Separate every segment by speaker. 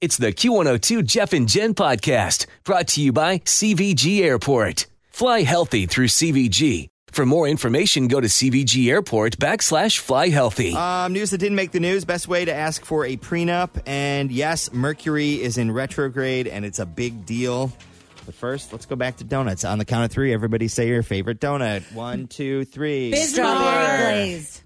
Speaker 1: It's the Q102 Jeff and Jen podcast brought to you by CVG Airport. Fly healthy through CVG. For more information, go to CVG Airport backslash fly healthy.
Speaker 2: Um, news that didn't make the news. Best way to ask for a prenup. And yes, Mercury is in retrograde and it's a big deal. But first, let's go back to donuts. On the count of three, everybody say your favorite donut. One, two, three.
Speaker 3: Strawberry glazed.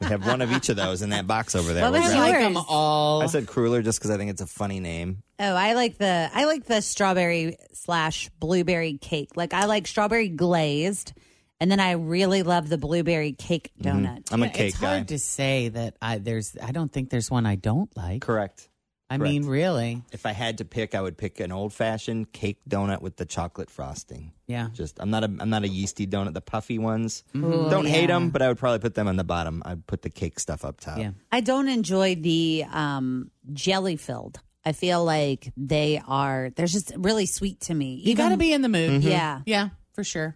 Speaker 2: We have one of each of those in that box over there.
Speaker 3: What was
Speaker 2: We're
Speaker 3: yours?
Speaker 2: back.
Speaker 3: I like 'em
Speaker 4: all.
Speaker 2: I said crueler just because I think it's a funny name.
Speaker 3: Oh, I like the I like the strawberry slash blueberry cake. Like I like strawberry glazed, and then I really love the blueberry cake
Speaker 4: Mm-hmm.
Speaker 3: donut.
Speaker 2: Mm-hmm. I'm a cake
Speaker 4: it's
Speaker 2: guy.
Speaker 4: hard to say that I there's I don't think there's one I don't like.
Speaker 2: Correct.
Speaker 4: I
Speaker 2: correct.
Speaker 4: mean, really.
Speaker 2: If I had to pick, I would pick an old fashioned cake donut with the chocolate frosting.
Speaker 4: Yeah.
Speaker 2: Just I'm not a I'm not a yeasty donut. The puffy ones
Speaker 4: Mm-hmm.
Speaker 2: don't 'em, hate
Speaker 3: yeah.
Speaker 2: them, but I would probably put them on the bottom. I'd put the cake stuff up top.
Speaker 4: Yeah.
Speaker 3: I don't enjoy the um, jelly filled. I feel like they are they're just really sweet to me.
Speaker 4: You got to
Speaker 3: Even-
Speaker 4: be in the mood.
Speaker 2: Mm-hmm.
Speaker 3: Yeah.
Speaker 4: Yeah, for sure.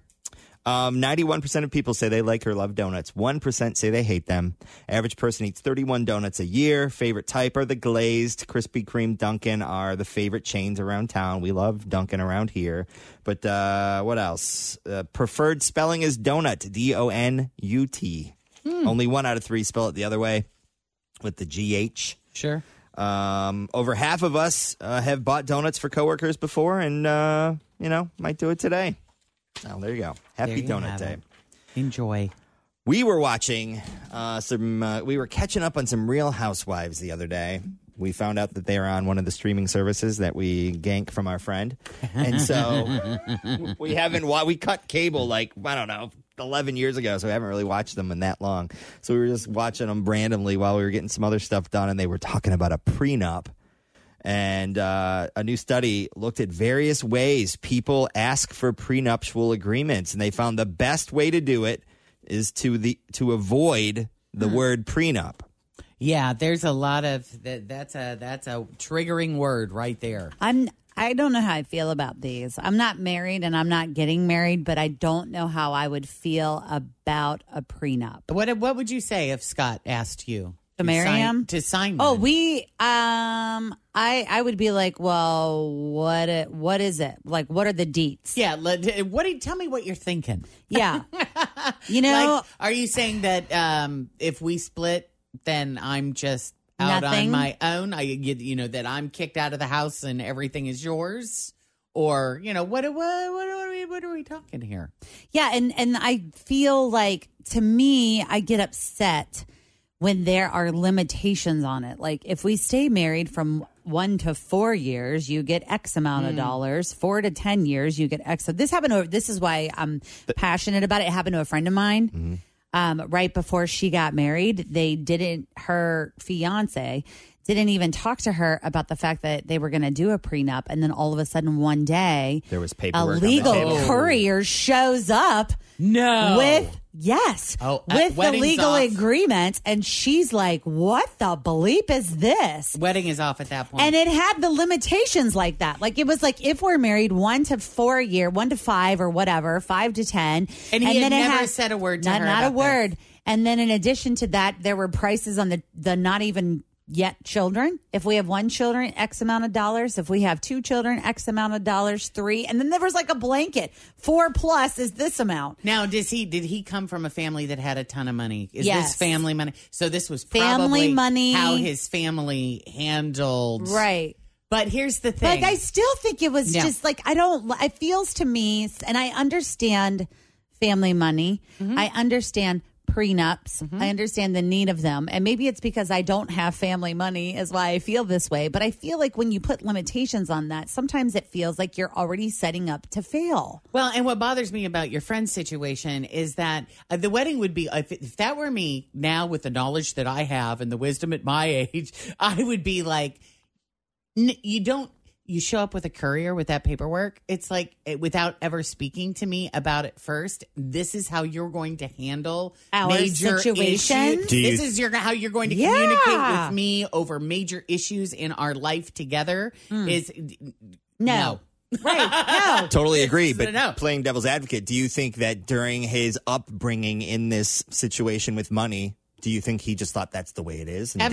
Speaker 2: Um, 91% of people say they like or love donuts. 1% say they hate them. Average person eats 31 donuts a year. Favorite type are the glazed. Krispy Kreme, Dunkin' are the favorite chains around town. We love Dunkin' around here. But uh, what else? Uh, preferred spelling is donut, D O N U T. Only one out of three spell it the other way with the G H.
Speaker 4: Sure.
Speaker 2: Um, over half of us uh, have bought donuts for coworkers before, and uh, you know might do it today. Oh, there you go. Happy
Speaker 4: There you
Speaker 2: Donut
Speaker 4: have
Speaker 2: Day.
Speaker 4: it. Enjoy.
Speaker 2: We were watching uh, some. Uh, we were catching up on some Real Housewives the other day. We found out that they are on one of the streaming services that we gank from our friend, and so we haven't. Wa- we cut cable like I don't know. 11 years ago, so we haven't really watched them in that long. So we were just watching them randomly while we were getting some other stuff done, and they were talking about a prenup. And uh, a new study looked at various ways people ask for prenuptial agreements, and they found the best way to do it is to the to avoid the
Speaker 3: Mm-hmm.
Speaker 2: word prenup.
Speaker 4: Yeah, there's a lot of that, that's a that's a triggering word right there.
Speaker 3: I'm I don't know how I feel about these. I'm not married and I'm not getting married, but I don't know how I would feel about a prenup.
Speaker 4: What what would you say if Scott asked you
Speaker 3: To marry
Speaker 4: sign,
Speaker 3: him?
Speaker 4: To sign
Speaker 3: Oh,
Speaker 4: one?
Speaker 3: we um I I would be like, well, what it, what is it? Like what are the deets?
Speaker 4: Yeah, let, what do you, tell me what you're thinking.
Speaker 3: Yeah. you know,
Speaker 4: like, are you saying that um, if we split, then I'm just out
Speaker 3: Nothing.
Speaker 4: on my own? I, you, you know, that I'm kicked out of the house and everything is yours, or you know, what, what, what are we, what are we talking here?
Speaker 3: yeah, and and I feel like to me I get upset when there are limitations on it. Like if we stay married from 1 to 4 years, you get x amount of dollars. 4 to 10 years, you get x. So this happened to this is why I'm passionate about it. It happened to a friend of mine. um, right before she got married, they didn't, her fiance didn't even talk to her about the fact that they were going to do a prenup. And then all of a sudden, one day,
Speaker 2: There was
Speaker 3: a
Speaker 2: paperwork.
Speaker 3: legal
Speaker 2: on the table.
Speaker 3: courier shows up
Speaker 4: Oh. No,
Speaker 3: with, yes,
Speaker 4: Oh, uh,
Speaker 3: with the
Speaker 4: wedding's
Speaker 3: legal
Speaker 4: off.
Speaker 3: agreement. And she's like, what the bleep is this?
Speaker 4: wedding is off at that point.
Speaker 3: And it had the limitations like that. Like it was like if we're married one to four year, one to five or whatever, five to ten.
Speaker 4: And he had
Speaker 3: it
Speaker 4: never said a word to
Speaker 3: not,
Speaker 4: her
Speaker 3: Not a
Speaker 4: about
Speaker 3: word. And then in addition to that, there were prices on the the not even yet children. If we have one children, X amount of dollars. If we have two children, X amount of dollars, three. And then there was like a blanket. Four plus is this amount.
Speaker 4: Now, does he did he come from a family that had a ton of money? Is
Speaker 3: Yes.
Speaker 4: this family money? So this was
Speaker 3: Family
Speaker 4: probably
Speaker 3: money.
Speaker 4: how his family handled.
Speaker 3: Right.
Speaker 4: But here's the thing.
Speaker 3: Like I still think it was
Speaker 4: Yeah.
Speaker 3: just like I don't. It feels to me, and I understand family money. I understand prenups. I understand the need of them, and maybe it's because I don't have family money is why I feel this way. But I feel like when you put limitations on that, sometimes it feels like you're already setting up to fail.
Speaker 4: Well, and what bothers me about your friend's situation is that uh, the wedding would be, if, if that were me now with the knowledge that I have and the wisdom at my age, I would be like, n- you don't, you show up with a courier with that paperwork. It's like eh, without ever speaking to me about it first, this is how you're going to handle
Speaker 3: Our
Speaker 4: major
Speaker 3: situation?
Speaker 4: issues.
Speaker 2: Do you-
Speaker 4: This is your, how you're going to
Speaker 3: Yeah.
Speaker 4: communicate with me over major issues in our life together is
Speaker 3: Hmm. No. Right? No.
Speaker 2: Totally agree,
Speaker 4: No,
Speaker 2: but
Speaker 4: no.
Speaker 2: playing devil's advocate, do you think that during his upbringing in this situation with money, do you think he just thought that's the way it is? And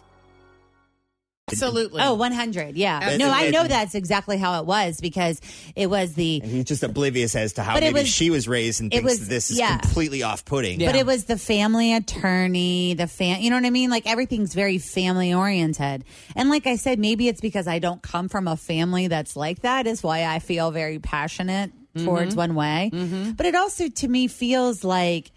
Speaker 4: absolutely.
Speaker 3: Oh, 100. Yeah.
Speaker 2: That's
Speaker 3: No, I know
Speaker 2: amazing.
Speaker 3: that's exactly how it was because it was the
Speaker 2: he's just oblivious as to how
Speaker 3: But it
Speaker 2: maybe
Speaker 3: was-
Speaker 2: she was raised and
Speaker 3: it
Speaker 2: thinks
Speaker 3: was-
Speaker 2: this is
Speaker 3: yeah.
Speaker 2: completely off putting.
Speaker 3: But it was the family attorney, the fam, you know what I mean? Like everything's very family oriented. And like I said, maybe it's because I don't come from a family that's like that is why I feel very passionate towards
Speaker 4: Mm-hmm.
Speaker 3: one way. But it also to me feels like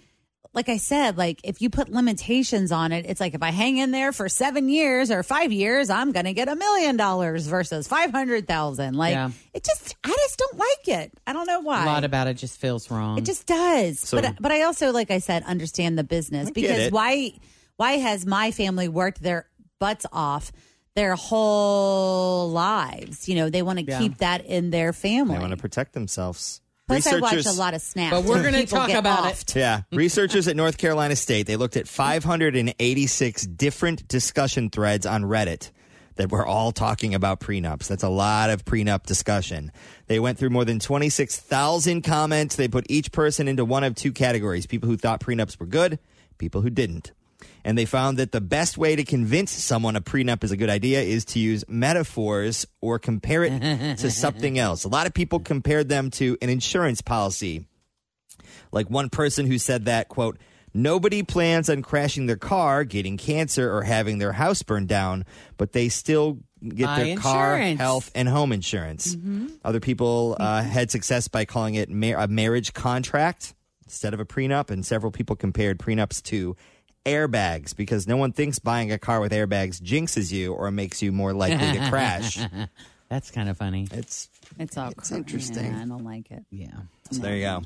Speaker 3: like I said, like if you put limitations on it, it's like if I hang in there for 7 years or 5 years, I'm going to get a million dollars versus 500,000. Like
Speaker 4: Yeah.
Speaker 3: it just I just don't like it. I don't know why.
Speaker 4: a lot about it just feels wrong.
Speaker 2: Um,
Speaker 3: It just does. but but I also, like I said, understand the business
Speaker 2: get
Speaker 3: because
Speaker 2: it.
Speaker 3: why why has my family worked their butts off their whole lives? You know, they want to keep that in their family.
Speaker 2: They want to protect themselves.
Speaker 3: Plus, I watch a lot of snaps.
Speaker 4: But we're
Speaker 3: where
Speaker 4: gonna
Speaker 3: people
Speaker 4: talk
Speaker 3: get
Speaker 4: about it.
Speaker 3: offed.
Speaker 2: Yeah. Researchers at North Carolina State, they looked at 586 different discussion threads on Reddit that were all talking about prenups. That's a lot of prenup discussion. They went through more than 26,000 comments. They put each person into one of two categories, people who thought prenups were good, people who didn't. And they found that the best way to convince someone a prenup is a good idea is to use metaphors or compare it to something else. A lot of people compared them to an insurance policy like one person who said that, quote, nobody plans on crashing their car, getting cancer, or having their house burned down, but they still get
Speaker 4: Buy
Speaker 2: their car,
Speaker 4: insurance. Mm-hmm.
Speaker 2: health, and home insurance. Other people uh, had success by calling it mar- a marriage contract instead of a prenup, and several people compared prenups to airbags because no one thinks buying a car with airbags jinxes you or makes you more likely to crash.
Speaker 4: That's kind of funny.
Speaker 2: It's
Speaker 3: It's all
Speaker 2: It's interesting.
Speaker 3: Yeah, I don't like it.
Speaker 4: Yeah.
Speaker 2: so there you go.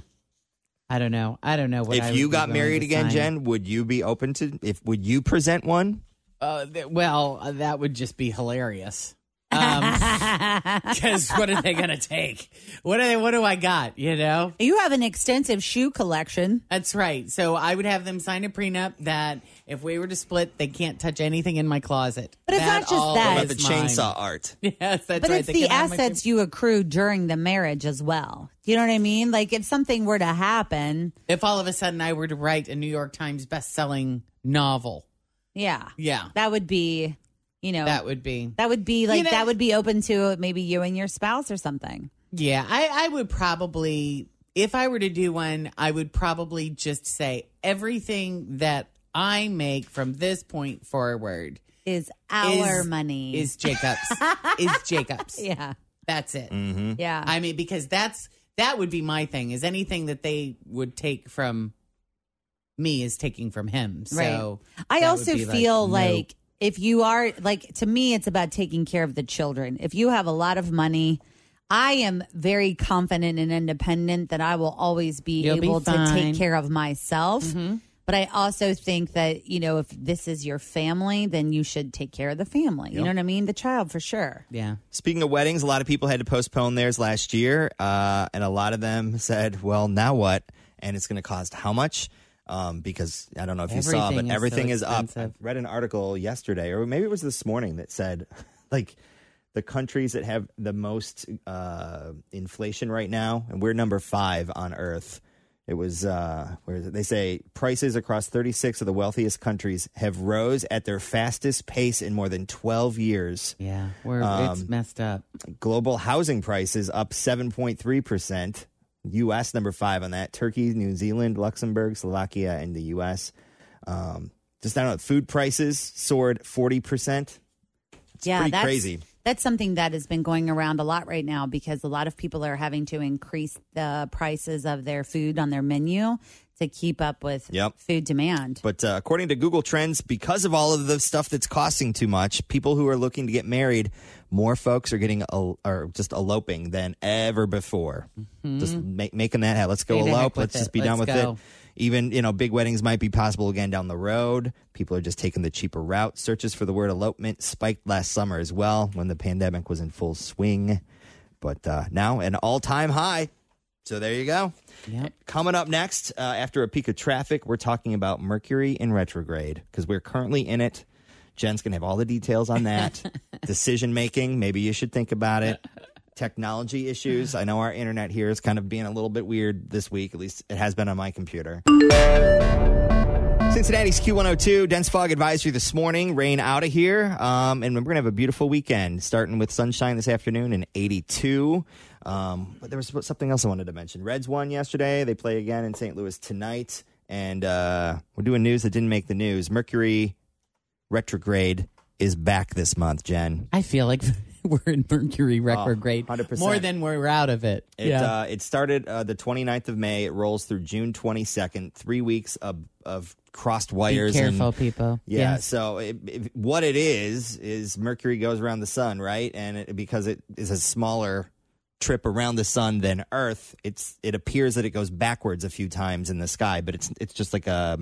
Speaker 4: I don't know. I don't know what. I
Speaker 2: If
Speaker 4: would
Speaker 2: you
Speaker 4: be
Speaker 2: got
Speaker 4: willing
Speaker 2: married
Speaker 4: to
Speaker 2: again,
Speaker 4: sign.
Speaker 2: Jen, would you be open to if would you present one?
Speaker 4: Uh, th- well, uh, that would just be hilarious. Because what are they gonna take? What are they? What do I got? You know.
Speaker 3: You have an extensive shoe collection.
Speaker 4: That's right. So I would have them sign a prenup that if we were to split, they can't touch anything in my closet.
Speaker 3: But it's not just
Speaker 4: all
Speaker 3: that.
Speaker 2: about
Speaker 3: What about
Speaker 2: the
Speaker 4: is mine.
Speaker 2: chainsaw art.
Speaker 4: Yes, that's
Speaker 3: But
Speaker 4: right.
Speaker 3: it's
Speaker 4: They
Speaker 3: the
Speaker 4: can have my
Speaker 3: assets you accrue during the marriage as well. Do you know what I mean? Like if something were to happen,
Speaker 4: chain- If all of a sudden I were to write a New York Times best-selling novel,
Speaker 3: yeah,
Speaker 4: yeah,
Speaker 3: that would be, you know,
Speaker 4: that would be
Speaker 3: That would be like
Speaker 4: know-
Speaker 3: that would be open to maybe you and your spouse or something.
Speaker 4: Yeah, I, I would probably, if I were to do one, I would probably just say everything that I make from this point forward
Speaker 3: Is our
Speaker 4: Is-
Speaker 3: money
Speaker 4: is Jacob's. is Jacob's.
Speaker 3: yeah
Speaker 4: That's it.
Speaker 3: yeah
Speaker 4: I mean, because that's that would be my thing. Is anything that they would take from me is taking from him. So
Speaker 3: right. I
Speaker 4: that would
Speaker 3: also
Speaker 4: be
Speaker 3: feel
Speaker 4: no.
Speaker 3: like if you are like to me it's about taking care of the children if you have a lot of money i am very confident and independent that i will always be
Speaker 4: You'll be
Speaker 3: able to
Speaker 4: fine. Mm-hmm.
Speaker 3: take care of myself but i also think that you know if this is your family then you should take care of the family you know what i mean the child for sure
Speaker 4: Yeah.
Speaker 2: Speaking of weddings, a lot of people had to postpone theirs last year, uh, and a lot of them said, "Well, now what?" And it's going to cost how much? Um, because I don't know if you saw,
Speaker 4: Everything
Speaker 2: but
Speaker 4: is so
Speaker 2: everything is up. I
Speaker 4: expensive.
Speaker 2: read an article yesterday, or maybe it was this morning, that said like the countries that have the most uh, inflation right now, and we're number five on Earth. It was uh, where is it? They say prices across 36 of the wealthiest countries have rose at their fastest pace in more than 12 years.
Speaker 4: Yeah. We're, it's messed up.
Speaker 2: Global housing prices up 7.3%. US number five on that. Turkey, New Zealand, Luxembourg, Slovakia, and the US. Um, just I don't know. Food prices soared 40%.
Speaker 3: yeah
Speaker 2: pretty
Speaker 3: that's
Speaker 2: crazy.
Speaker 3: that's something that has been going around a lot right now because a lot of people are having to increase the prices of their food on their menu to keep up with
Speaker 2: Yep.
Speaker 3: food demand
Speaker 2: But uh, according to Google Trends, because of all of the stuff that's costing too much, people who are looking to get married, more folks are getting el- are just eloping than ever before. Just ma- making that hat. Let's go
Speaker 4: Say Mm-hmm. the heck
Speaker 2: elope.
Speaker 4: with
Speaker 2: Let's just
Speaker 4: it.
Speaker 2: be done with
Speaker 4: Let's
Speaker 2: it.
Speaker 4: go.
Speaker 2: Even you know, big weddings might be possible again down the road. People are just taking the cheaper route. Searches for the word elopement spiked last summer as well when the pandemic was in full swing, but uh, now an all time high. So there you go.
Speaker 4: Yep.
Speaker 2: Coming up next, uh, after a peak of traffic, we're talking about Mercury in retrograde because we're currently in it. Jen's going to have all the details on that. Decision making, maybe you should think about it. Technology issues. I know our internet here is kind of being a little bit weird this week, at least it has been on my computer. Cincinnati's Q102, dense fog advisory this morning, rain out of here. Um, and we're going to have a beautiful weekend, starting with sunshine this afternoon and 82. Um, but there was something else I wanted to mention. Reds won yesterday. They play again in St. Louis tonight. And uh, we're doing news that didn't make the news. Mercury retrograde is back this month, Jen.
Speaker 4: I feel like we're in Mercury retrograde
Speaker 2: 100%.
Speaker 4: more than we're out of it.
Speaker 2: Oh, It, uh, it started uh, the 29th of May. It rolls through June 22nd, three weeks of, of crossed
Speaker 4: Be
Speaker 2: wires. and-
Speaker 4: careful, people.
Speaker 2: Yeah.
Speaker 4: Yes.
Speaker 2: So it, it- what it is is Mercury goes around the sun, right? And it, because it is a smaller trip around the sun than Earth, it's it appears that it goes backwards a few times in the sky, but it's it's just like a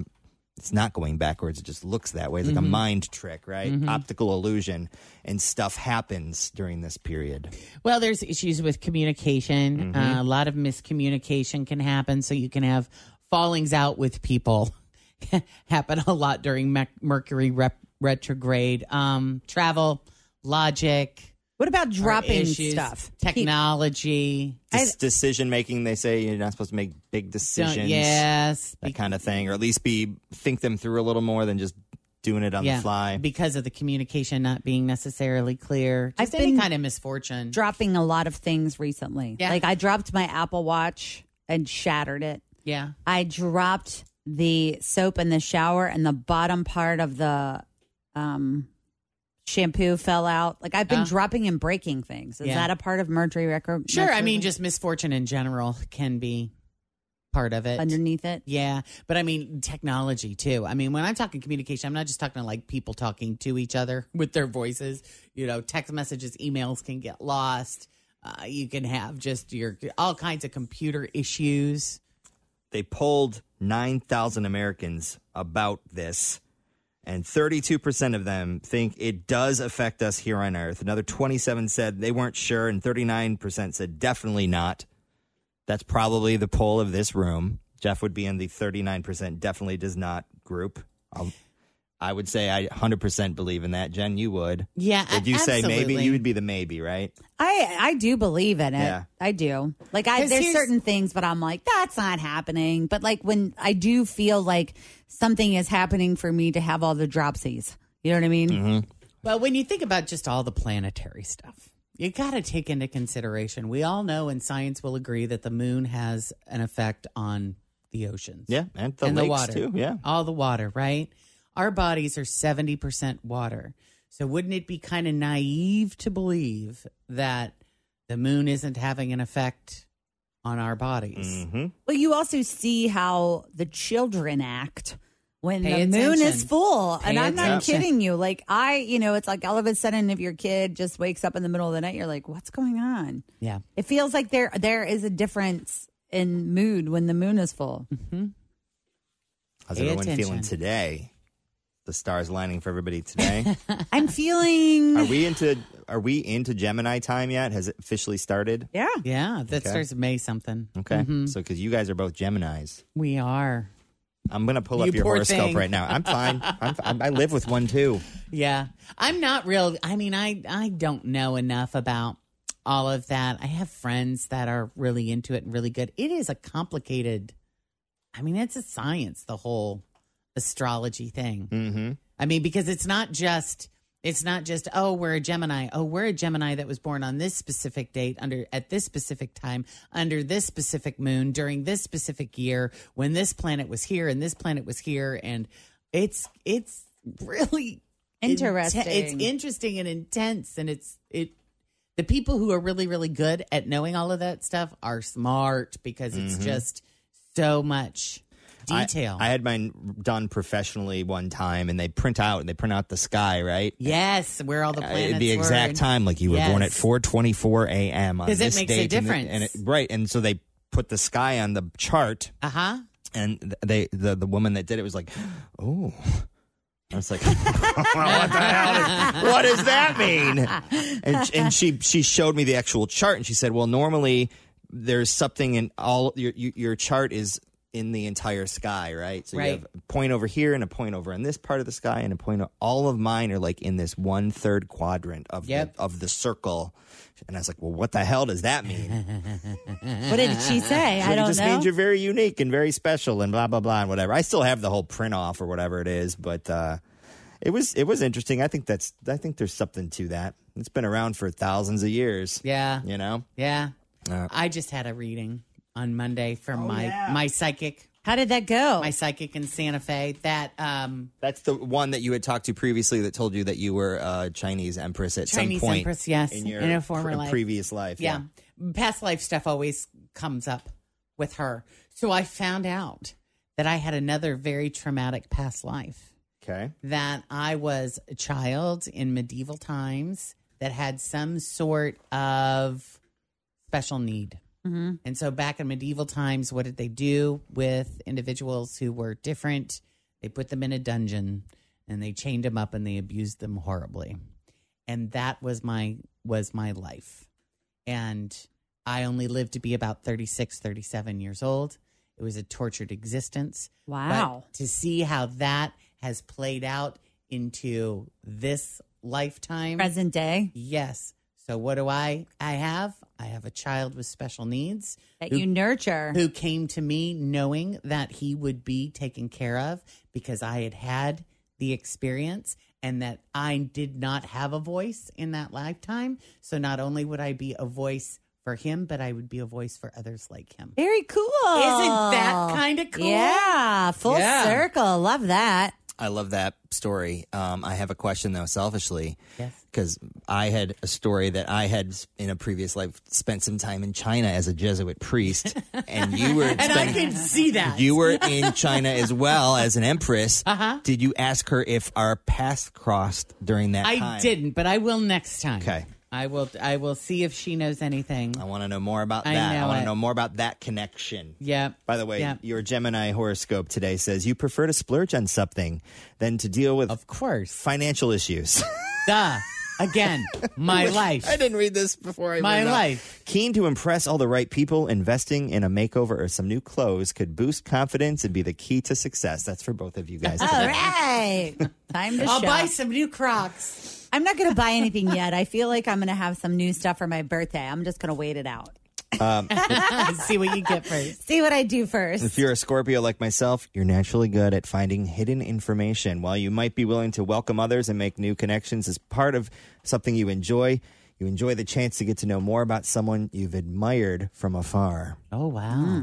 Speaker 2: it's not going backwards. It just looks that way. It's like a mind trick, right? Optical illusion, and stuff happens during this period.
Speaker 4: Well, there's issues with communication.
Speaker 2: Mm-hmm.
Speaker 4: Uh, a lot of miscommunication can happen, so you can have fallings out with people. happen a lot during Merc- Mercury rep- retrograde. Um, travel, logic,
Speaker 3: What about
Speaker 4: our
Speaker 3: dropping
Speaker 4: issues,
Speaker 3: stuff?
Speaker 4: technology.
Speaker 2: This decision making, they say you're not supposed to make big
Speaker 4: Don't-
Speaker 2: decisions.
Speaker 4: yes,
Speaker 2: That kind of thing, or at least be think them through a little more than just doing it on the fly.
Speaker 4: because of the communication not being necessarily clear.
Speaker 3: I've
Speaker 4: Just any
Speaker 3: been
Speaker 4: kind of misfortune.
Speaker 3: dropping a lot of things recently.
Speaker 4: Yeah.
Speaker 3: Like I dropped my Apple Watch and shattered it.
Speaker 4: yeah,
Speaker 3: I dropped the soap in the shower and the bottom part of the um shampoo fell out. Like I've been
Speaker 4: Uh.
Speaker 3: dropping and breaking things. Is
Speaker 4: Yeah.
Speaker 3: that a part of Mercury record?
Speaker 4: sure. I
Speaker 3: Mercury
Speaker 4: mean, just misfortune in general can be part of it.
Speaker 3: underneath it.
Speaker 4: Yeah, but I mean technology too. I mean, when I'm talking communication, I'm not just talking like people talking to each other with their voices. You know, text messages, emails can get lost. Uh, you can have just your all kinds of computer issues.
Speaker 2: they polled 9,000 Americans about this, and 32% of them think it does affect us here on Earth. Another 27 said they weren't sure, and 39% said definitely not. That's probably the poll of this room. Jeff would be in the 39% definitely does not group. Um, I would say I 100% believe in that. Jen, you would.
Speaker 4: Yeah,
Speaker 2: Would you say maybe?
Speaker 4: absolutely.
Speaker 2: You would be the maybe, right?
Speaker 3: I I do believe in it.
Speaker 2: Yeah.
Speaker 3: I do. Like I
Speaker 4: 'Cause
Speaker 3: there's
Speaker 4: here's-
Speaker 3: certain things but I'm like that's not happening. But like when I do feel like something is happening for me to have all the dropsies. You know what I mean?
Speaker 2: Mm. Mm-hmm.
Speaker 4: Well, when you think about just all the planetary stuff, you got to take into consideration. We all know, and science will agree, that the moon has an effect on the oceans.
Speaker 2: Yeah, and the
Speaker 4: and
Speaker 2: lakes
Speaker 4: the water.
Speaker 2: too. Yeah.
Speaker 4: All the water, right? Our bodies are 70% water. So wouldn't it be kind of naive to believe that the moon isn't having an effect on our bodies?
Speaker 2: Mm-hmm.
Speaker 3: Well, you also see how the children act when
Speaker 4: Pay
Speaker 3: the moon is
Speaker 4: attention.
Speaker 3: full. and
Speaker 4: Pay
Speaker 3: I'm not
Speaker 4: attention.
Speaker 3: kidding you. Like I, you know, it's like all of a sudden if your kid just wakes up in the middle of the night, you're like, what's going on?
Speaker 4: Yeah.
Speaker 3: It feels like there there is a difference in mood when the moon is full.
Speaker 2: How's
Speaker 4: Pay
Speaker 2: everyone feeling
Speaker 4: attention.
Speaker 2: today? The stars lining for everybody today.
Speaker 3: I'm feeling
Speaker 2: are we into Are we into Gemini time yet? Has it officially started?
Speaker 3: yeah.
Speaker 4: Yeah, that
Speaker 2: Okay.
Speaker 4: starts May something.
Speaker 2: Okay,
Speaker 4: Mm-hmm.
Speaker 2: so because you guys are both Gemini's,
Speaker 4: We are.
Speaker 2: I'm gonna pull up
Speaker 4: You
Speaker 2: your
Speaker 4: poor
Speaker 2: horoscope
Speaker 4: thing.
Speaker 2: right now. I'm fine. I'm, I'm, I live with one too.
Speaker 4: Yeah. I'm not real I mean I I don't know enough about all of that. I have friends that are really into it and really good. It is a complicated I mean it's a science the whole astrology thing.
Speaker 2: Mm-hmm.
Speaker 4: I mean, because it's not just it's not just oh we're a Gemini. Oh, we're a Gemini that was born on this specific date under at this specific time under this specific moon during this specific year when this planet was here and this planet was here and it's it's really inten-
Speaker 3: Interesting.
Speaker 4: it's interesting and intense and it's it the people who are really really good at knowing all of that stuff are smart because it's just so much
Speaker 2: Mm-hmm. I-
Speaker 4: detail.
Speaker 2: I, had mine done professionally one time, and they print out and they print out the sky, right?
Speaker 4: yes, where all the planets
Speaker 2: Uh, the
Speaker 4: were
Speaker 2: exact
Speaker 4: and-
Speaker 2: time, like you were born at
Speaker 4: Yes.
Speaker 2: 4:24 a.m. on
Speaker 4: 'Cause it
Speaker 2: this
Speaker 4: makes a
Speaker 2: date, and the-
Speaker 4: difference.
Speaker 2: and it, right, and so they put the sky on the chart,
Speaker 4: Uh huh.
Speaker 2: and th- they the the woman that did it was like, oh. I was like, what the hell? Is, what does that mean? And, and she she showed me the actual chart, and she said, well, normally there's something in all your your your chart is in the entire sky, right? So you
Speaker 4: Right.
Speaker 2: have a point over here and a point over in this part of the sky and a point. o- All of mine are like in this one third quadrant of
Speaker 4: Yep.
Speaker 2: the, of the circle. And I was like, well, what the hell does that mean?
Speaker 3: What did she say? I
Speaker 2: It
Speaker 3: don't
Speaker 2: just
Speaker 3: know.
Speaker 2: means you're very unique and very special and blah blah blah and whatever. I still have the whole print off or whatever it is, but uh, it was it was interesting. I think that's I think there's something to that. It's been around for thousands of years.
Speaker 4: Yeah.
Speaker 2: You know?
Speaker 4: Yeah.
Speaker 2: Uh,
Speaker 4: I just had a reading on Monday from my my psychic,
Speaker 3: How did that go?
Speaker 4: my psychic in Santa Fe that um
Speaker 2: That's the one that you had talked to previously that told you that you were a Chinese empress at
Speaker 4: Chinese
Speaker 2: some point
Speaker 4: empress, yes,
Speaker 2: in your
Speaker 4: in a former
Speaker 2: pre-
Speaker 4: life.
Speaker 2: previous life.
Speaker 4: yeah. Past life stuff always comes up with her. So I found out that I had another very traumatic past life.
Speaker 2: Okay.
Speaker 4: that I was a child in medieval times that had some sort of special need.
Speaker 3: Mm-hmm.
Speaker 4: And so back in medieval times, what did they do with individuals who were different? They put them in a dungeon and they chained them up and they abused them horribly. And that was my was my life. And I only lived to be about 36, 37 years old. It was a tortured existence. But
Speaker 3: wow.
Speaker 4: to see how that has played out into this lifetime.
Speaker 3: Present day
Speaker 4: Yes. So what do I I have? I have a child with special needs
Speaker 3: that you nurture.
Speaker 4: who came to me knowing that he would be taken care of because I had had the experience and that I did not have a voice in that lifetime. So not only would I be a voice for him, but I would be a voice for others like him.
Speaker 3: Very cool.
Speaker 4: Isn't that kind of cool?
Speaker 3: Yeah, full
Speaker 4: Yeah.
Speaker 3: circle. Love that.
Speaker 2: I love that story. Um, I have a question though, selfishly.
Speaker 4: Yes.
Speaker 2: Because I had a story that I had in a previous life spent some time in China as a Jesuit priest, and you were
Speaker 4: And I
Speaker 2: spending-
Speaker 4: could see that.
Speaker 2: you were in China as well as an empress. Uh-huh. Did you ask her if our paths crossed during that
Speaker 4: I
Speaker 2: time?
Speaker 4: didn't, but I will next time.
Speaker 2: Okay. Oh.
Speaker 4: I will. I will see if she knows anything.
Speaker 2: I want to know more about
Speaker 4: I
Speaker 2: that. I,
Speaker 4: know
Speaker 2: want to
Speaker 4: it.
Speaker 2: know more about that connection.
Speaker 4: Yeah.
Speaker 2: By the way,
Speaker 4: Yeah.
Speaker 2: your Gemini horoscope today says you prefer to splurge on something than to deal with
Speaker 4: Of course.
Speaker 2: financial issues.
Speaker 4: Duh. Again, my life.
Speaker 2: I didn't read this before I
Speaker 4: My
Speaker 2: went on.
Speaker 4: life.
Speaker 2: Keen to impress all the right people, investing in a makeover or some new clothes could boost confidence and be the key to success. That's for both of you guys.
Speaker 3: All right. Time to
Speaker 4: I'll
Speaker 3: shop.
Speaker 4: buy some new Crocs.
Speaker 3: I'm not going to buy anything yet. I feel like I'm going to have some new stuff for my birthday. I'm just going to wait it out.
Speaker 4: see what you get first.
Speaker 3: See what I do first.
Speaker 2: If you're a Scorpio like myself, you're naturally good at finding hidden information. While you might be willing to welcome others and make new connections as part of something you enjoy, you enjoy the chance to get to know more about someone you've admired from afar.
Speaker 4: Oh wow.